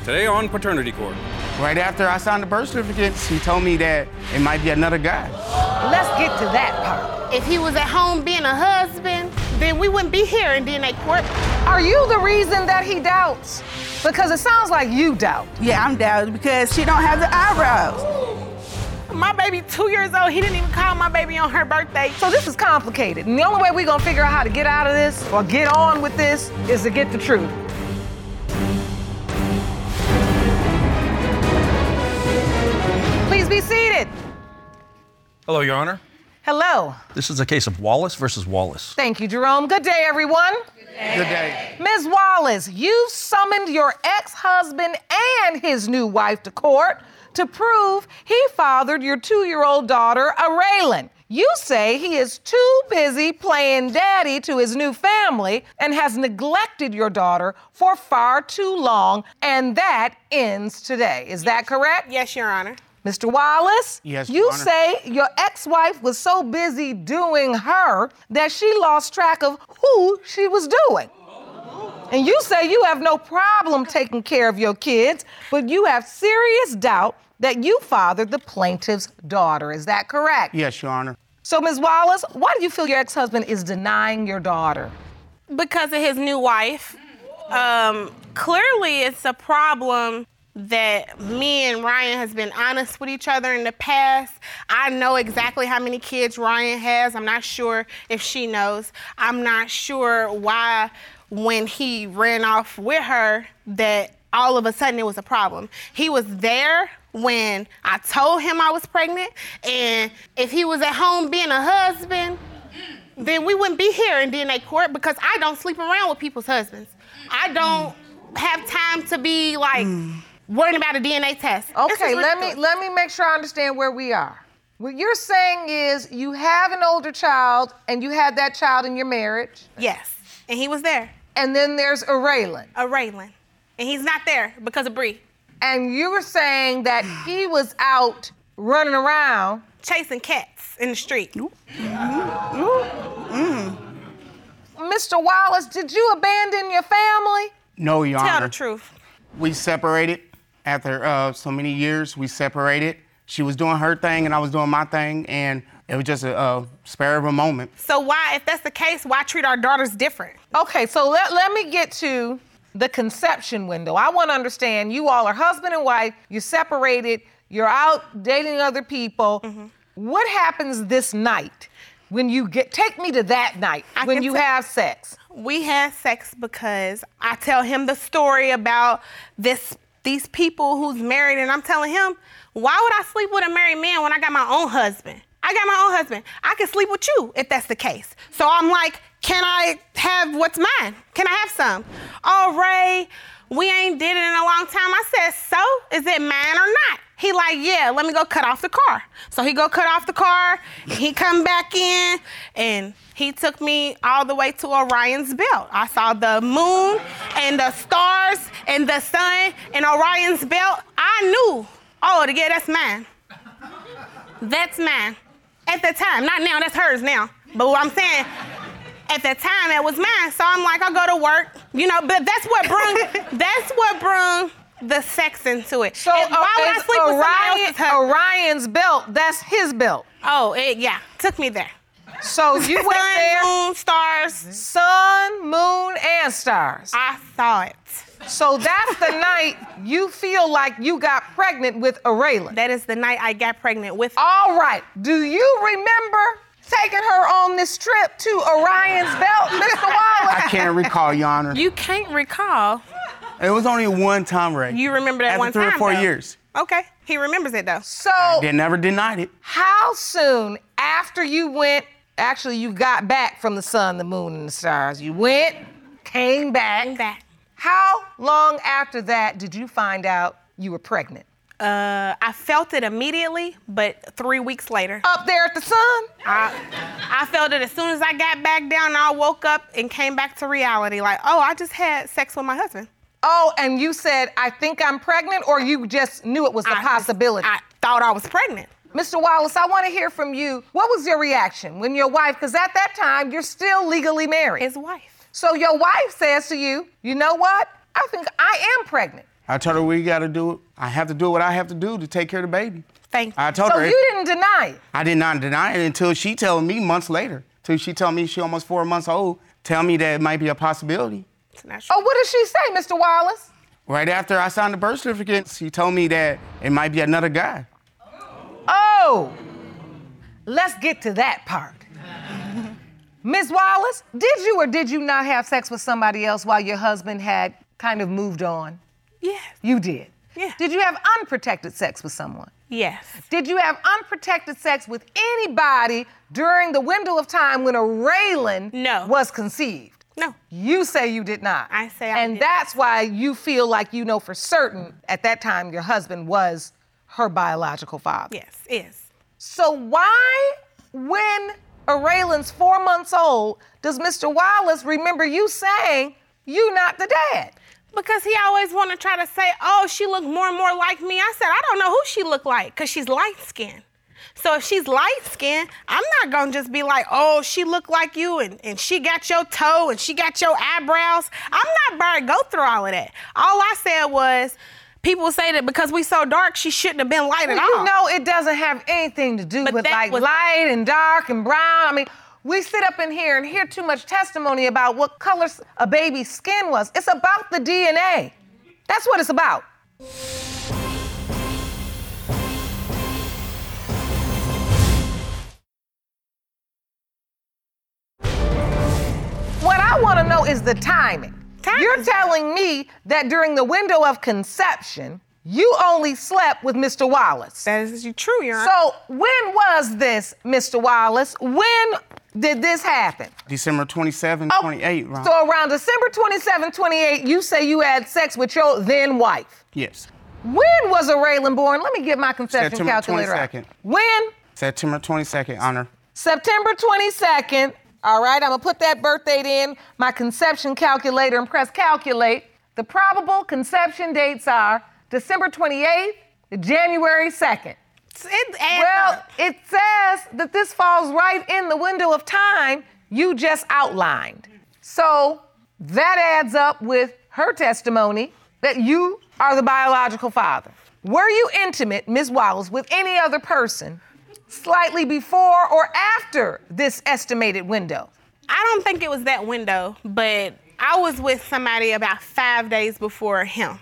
Today on paternity court. Right after I signed the birth certificate, he told me that it might be another guy. Let's get to that part. If he was at home being a husband, then we wouldn't be here in DNA court. Are you the reason that he doubts? Because it sounds like you doubt. Yeah, I'm doubting because she don't have the eyebrows. My baby, two years old, he didn't even call my baby on her birthday. So this is complicated. And the only way we're gonna figure out how to get out of this or get on with this is to get the truth. Please be seated. Hello, Your Honor. Hello. This is a case of Wallace versus Wallace. Thank you, Jerome. Good day, everyone. Good day. Ms. Wallace, you summoned your ex husband and his new wife to court to prove he fathered your two year old daughter, Araylin. You say he is too busy playing daddy to his new family and has neglected your daughter for far too long, and that ends today. Is that correct? Yes, Your Honor. Mr. Wallace, Yes, you Your Honor. say your ex wife was so busy doing her that she lost track of who she was doing. And you say you have no problem taking care of your kids, but you have serious doubt that you fathered the plaintiff's daughter. Is that correct? Yes, Your Honor. So, Ms. Wallace, why do you feel your ex husband is denying your daughter? Because of his new wife, um, clearly it's a problem that me and Ryan has been honest with each other in the past. I know exactly how many kids Ryan has. I'm not sure if she knows. I'm not sure why when he ran off with her that all of a sudden it was a problem. He was there when I told him I was pregnant and if he was at home being a husband, then we wouldn't be here in DNA court because I don't sleep around with people's husbands. I don't have time to be like worrying about a DNA test. This is Okay, let me ridiculous. let me make sure I understand where we are. What you're saying is you have an older child and you had that child in your marriage, Yes, and he was there, and then there's Araylin. a Raylan, and he's not there because of Bree And you were saying that he was out running around. chasing cats in the street. Mr. Wallace, did you abandon your family? No, Your Tell Honor. the truth. We separated after uh, so many years. We separated. She was doing her thing and I was doing my thing, and it was just a, uh spare of a moment. So why, if that's the case, why treat our daughters different? Okay, so let, let me get to the conception window. I want to understand you all are husband and wife, you're separated, you're out dating other people. Mm-hmm. What happens this night when you get take me to that night I when can you say- have sex? we had sex because I tell him the story about this these people who's married, and I'm telling him, why would I sleep with a married man when I got my own husband? I got my own husband. I can sleep with you if that's the case. So I'm like, can I have what's mine? Can I have some? Oh, Ray, we ain't did it in a long time. I said, so is it mine or not? He like, yeah, let me go cut off the car. So he go cut off the car. He come back in, and he took me all the way to Orion's belt. I saw the moon and the stars and the sun and Orion's belt. I knew, oh, yeah, that's mine. That's mine. At the time, not now. That's hers now. But what I'm saying, at the time, that was mine. So I'm like, I'll go to work, you know. But that's what brung. that's what brung the sex into it. So uh, And why would I is sleep with somebody else's husband? Orion, Orion's belt, that's his belt. Oh, it, yeah, took me there. So you went Sun, there, moon, stars. sun, moon, and stars. I saw it. So that's the night you feel like you got pregnant with Arayla. That is the night I got pregnant with. All right. Do you remember taking her on this trip to Orion's Belt, Mr. Wallace? I can't recall, Your Honor. You can't recall. It was only one time, Ray. You remember that after one three time, or four though. years. Okay, he remembers it though. So, They never denied it. how soon after you went, actually, you got back from the sun, the moon, and the stars? You went, came back. Back. How long after that did you find out you were pregnant? Uh, I felt it immediately, but three weeks later. Up there at the sun? I felt it as soon as I got back down. I woke up and came back to reality. Like, oh, I just had sex with my husband. Oh, and you said, I think I'm pregnant, or you just knew it was a I just- possibility? I thought I was pregnant. Mr. Wallace, I want to hear from you. What was your reaction when your wife, because at that time, you're still legally married. His wife. so your wife says to you, you know what? I think I am pregnant. I told her we got to do it. I have to do what I have to do to take care of the baby. Thank I told So her. you didn't deny it. I did not deny it until she told me months later. Till she told me she almost four months old. Tell me that it might be a possibility. It's not Oh, what did she say, Mr. Wallace? Right after I signed the birth certificate, she told me that it might be another guy. Oh, let's get to that part. Ms. Wallace, did you or did you not have sex with somebody else while your husband had kind of moved on? Yes. You did. Yeah. Did you have unprotected sex with someone? Yes. Did you have unprotected sex with anybody during the window of time when a Raylan No. was conceived? No. You say you did not. I say I And did that's why you feel like you know for certain at that time your husband was her biological father. Yes. Is. So why, when Raylan's four months old, does Mr. Wallace remember you saying you not the dad? Because he always want to try to say, oh, she looked more and more like me. I said, I don't know who she looked like because she's light skinned. So if she's light skinned, I'm not going to just be like, oh, she looked like you and, and she got your toe and she got your eyebrows. I'm not about to go through all of that. All I said was, people say that because we so dark, she shouldn't have been light at all. You know it doesn't have anything to do But with that like was- light and dark and brown. I mean, we sit up in here and hear too much testimony about what color s- a baby's skin was. It's about the DNA. That's what it's about. What I want to know is the timing. Time You're is- telling me that during the window of conception, you only slept with Mr. Wallace. That is true, Your Honor. So when was this, Mr. Wallace? When did this happen? December 27, Oh, 28, Ron. So around December 27, 28, you say you had sex with your then wife. yes. When was a Raylan born? Let me get my conception September calculator out. 22nd. When? September 22nd, Honor. September 22nd. All right, I'm gonna put that birth date in my conception calculator and press calculate. The probable conception dates are December 28th to January 2nd. it adds Well, up. it says that this falls right in the window of time you just outlined. So that adds up with her testimony that you are the biological father. Were you intimate, Ms. Wallace, with any other person slightly before or after this estimated window? I don't think it was that window, but I was with somebody about five days before him.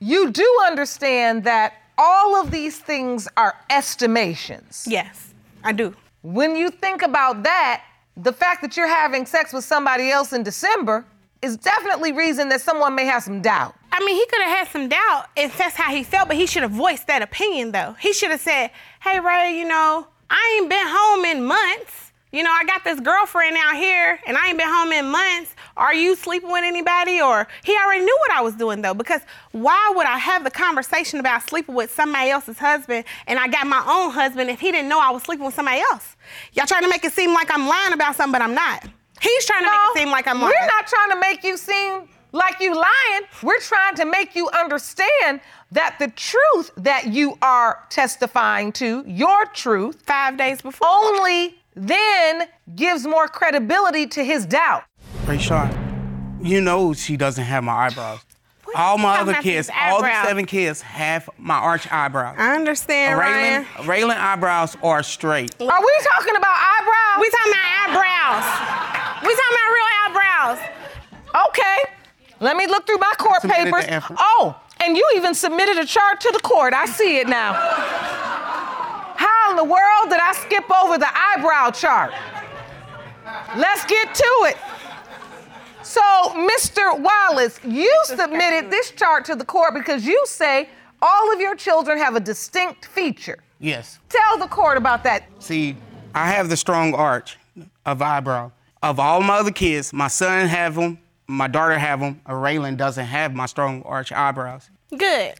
You do understand that all of these things are estimations. Yes, I do. when you think about that, the fact that you're having sex with somebody else in December is definitely reason that someone may have some doubt. I mean, he could have had some doubt if that's how he felt, but he should have voiced that opinion though. He should have said, "Hey Ray, you know, I ain't been home in months. You know, I got this girlfriend out here, and I ain't been home in months. Are you sleeping with anybody?" Or he already knew what I was doing though, because why would I have the conversation about sleeping with somebody else's husband and I got my own husband if he didn't know I was sleeping with somebody else? Y'all trying to make it seem like I'm lying about something, but I'm not. He's trying to make it seem like I'm lying. We're not trying to make you seem like you lying. We're trying to make you understand that the truth that you are testifying to, your truth, five days before. only then gives more credibility to his doubt. Rayshawn, you know she doesn't have my eyebrows. What All you my talking other about kids, these all the eyebrows? seven kids, have my arch eyebrows. I understand, Raylan, Ryan. Raylan eyebrows are straight. Are we talking about eyebrows? We talking about eyebrows. We talking about real eyebrows. Okay. Let me look through my court Submitted the papers. effort. Oh, and you even submitted a chart to the court. I see it now. How in the world did I skip over the eyebrow chart? Let's get to it. So, Mr. Wallace, you submitted this chart to the court because you say all of your children have a distinct feature. Yes. Tell the court about that. See, I have the strong arch of eyebrow. Of all my other kids, my son have them, my daughter have them. Raylan doesn't have my strong arch eyebrows. Good.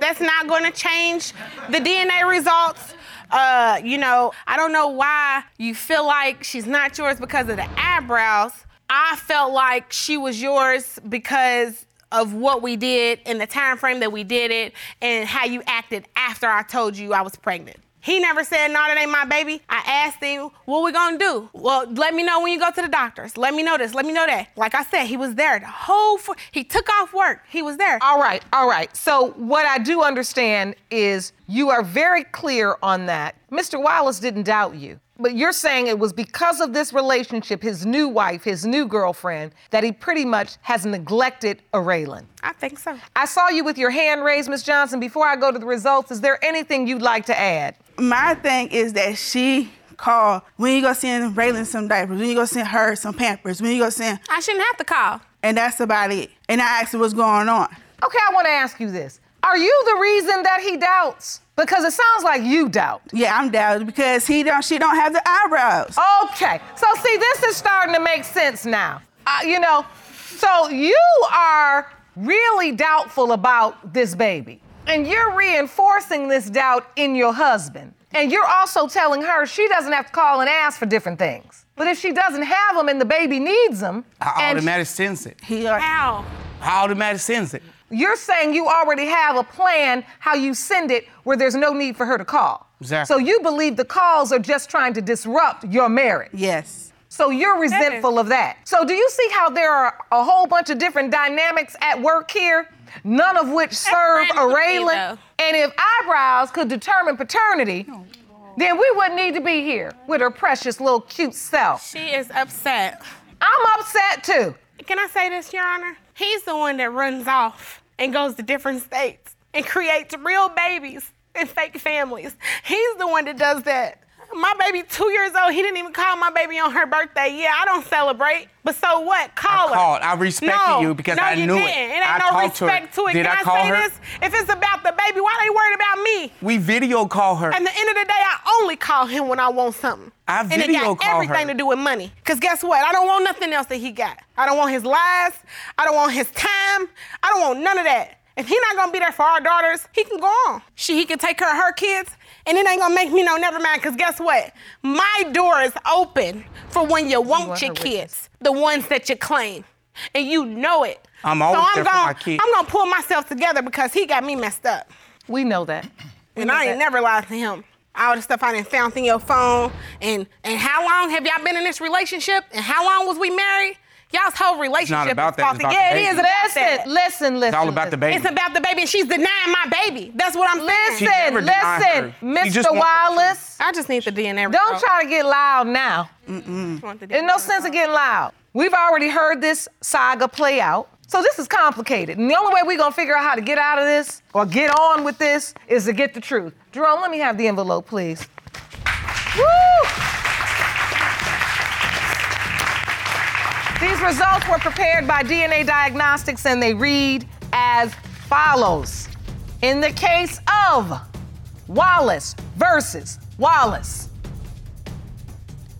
That's not going to change the DNA results. Uh, you know, I don't know why you feel like she's not yours because of the eyebrows. I felt like she was yours because of what we did and the time frame that we did it and how you acted after I told you I was pregnant. He never said, no, that ain't my baby. I asked him, what we gonna do? Well, let me know when you go to the doctors. Let me know this, let me know that. Like I said, he was there the whole, fr- he took off work. He was there. All right, all right. So, what I do understand is you are very clear on that. Mr. Wallace didn't doubt you, but you're saying it was because of this relationship, his new wife, his new girlfriend, that he pretty much has neglected Araylan. I think so. I saw you with your hand raised, Ms. Johnson. Before I go to the results, is there anything you'd like to add? My thing is that she called. When you gonna send Raylan some diapers? When you gonna send her some Pampers? When you gonna send? I shouldn't have to call. And that's about it. And I asked her what's going on. Okay, I want to ask you this. Are you the reason that he doubts? Because it sounds like you doubt. Yeah, I'm doubting because he don't. She don't have the eyebrows. Oh. Okay. So see, this is starting to make sense now. Uh, you know, so you are really doubtful about this baby, and you're reinforcing this doubt in your husband, and you're also telling her she doesn't have to call and ask for different things. But if she doesn't have them and the baby needs them, I and automatically sense it. He are, How? I automatically sense it. You're saying you already have a plan how you send it where there's no need for her to call. Exactly. So you believe the calls are just trying to disrupt your marriage. yes. So you're resentful of that. So do you see how there are a whole bunch of different dynamics at work here, none of which serve Everybody a would be, railing? though. Oh, And if eyebrows could determine paternity, then we wouldn't need to be here with her precious little cute self. She is upset. I'm upset too. Can I say this, Your Honor? He's the one that runs off and goes to different states and creates real babies and fake families. He's the one that does that. My baby, two years old, he didn't even call my baby on her birthday. Yeah, I don't celebrate, but so what? Call her. called. I respected No, you because no, I you knew it. didn't. It ain't I no talked to her. respect to, it. Did Can I I, call say her? this? If it's about the baby, why they worried about me? We video call her. At the end of the day, I only call him when I want something. I and it video got call everything her. to do with money. Cause guess what? I don't want nothing else that he got. I don't want his lies. I don't want his time. I don't want none of that. If he not gonna be there for our daughters, he can go on. She, he can take care of her kids, and it ain't gonna make me no never mind. Cause guess what? My door is open for when you want, want your her kids, the ones that you claim, and you know it. I'm always so I'm there for gonna, my kids. I'm gonna pull myself together because he got me messed up. We know that. And I ain't never lied to him. All the stuff I done found in your phone. And and how long have y'all been in this relationship? And how long was we married? Y'all's whole relationship about is that, it's faulty. about yeah, the it is. baby. about Listen, that. listen, listen. it's all about the baby. It's about the baby, and she's denying my baby. That's what I'm saying. She Listen, never denied listen, her. She just Mr. want- Wallace. I just need the DNA. Don't try to get loud now. There's no sense of getting loud. We've already heard this saga play out. So this is complicated. And the only way we're gonna figure out how to get out of this or get on with this is to get the truth. Jerome, let me have the envelope, please. Woo! These results were prepared by DNA Diagnostics and they read as follows. In the case of Wallace versus Wallace,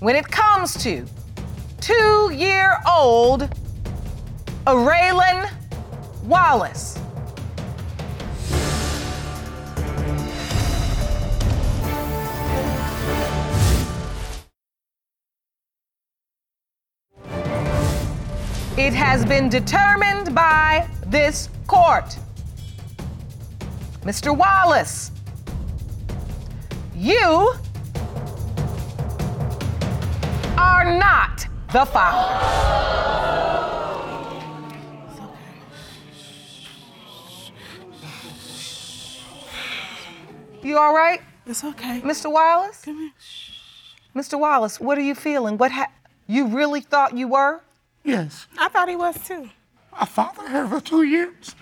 when it comes to two year old Raylan Wallace, It has been determined by this court. Mr. Wallace, you are not the father. You all right, It's okay. Mr. Wallace? Mr. Wallace, what are you feeling? What ha- you really thought you were? yes. I thought he was too. I fathered her for two years.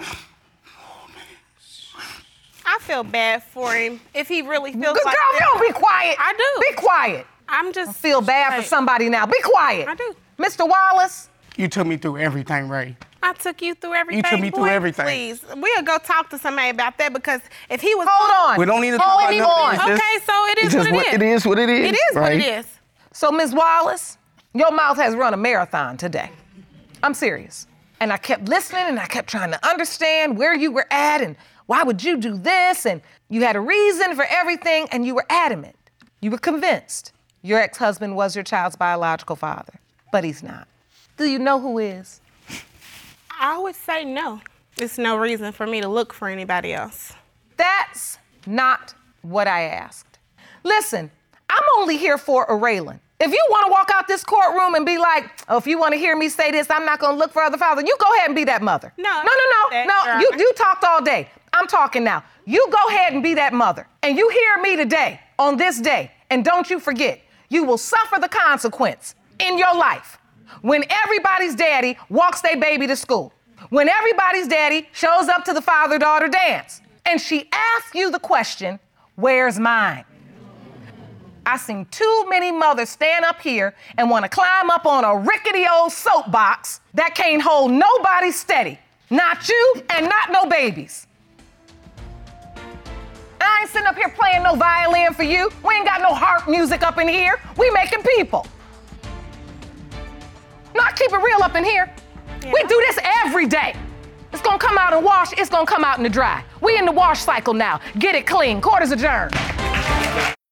I feel bad for him if he really feels Good like girl, you that. don't be quiet. I do. Be quiet. I'm just Feel bad for Right. somebody now. Be quiet. I do. Mr. Wallace, You took me through everything, Ray. I took you through everything. me through boy, everything. Please, we'll go talk to somebody about that because if he was hold on. We don't need to talk hold about him nothing. on. It's just- Okay, so it is It's just what what- it is what it is, It is what right? it is. So, Ms. Wallace, your mouth has run a marathon today. I'm serious. And I kept listening and I kept trying to understand where you were at and why would you do this? And you had a reason for everything and you were adamant. You were convinced your ex husband was your child's biological father, but he's not. Do you know who is? I would say no. It's no reason for me to look for anybody else. That's not what I asked. Listen, I'm only here for a railing. If you want to walk out this courtroom and be like, oh, if you want to hear me say this, I'm not going to look for other father, you go ahead and be that mother. No, no, no, no. that's no right. you, you talked all day. I'm talking now. You go ahead and be that mother. And you hear me today on this day. And don't you forget, you will suffer the consequence in your life when everybody's daddy walks their baby to school, when everybody's daddy shows up to the father daughter dance, and she asks you the question, Where's mine? I seen too many mothers stand up here and want to climb up on a rickety old soapbox that can't hold nobody steady. Not you and not no babies. I ain't sitting up here playing no violin for you. We ain't got no harp music up in here. We making people. No, I keep it real up in here. We do this every day. It's gonna come out and wash, it's gonna come out in the dry. We in the wash cycle now. Get it clean. Quarters adjourned.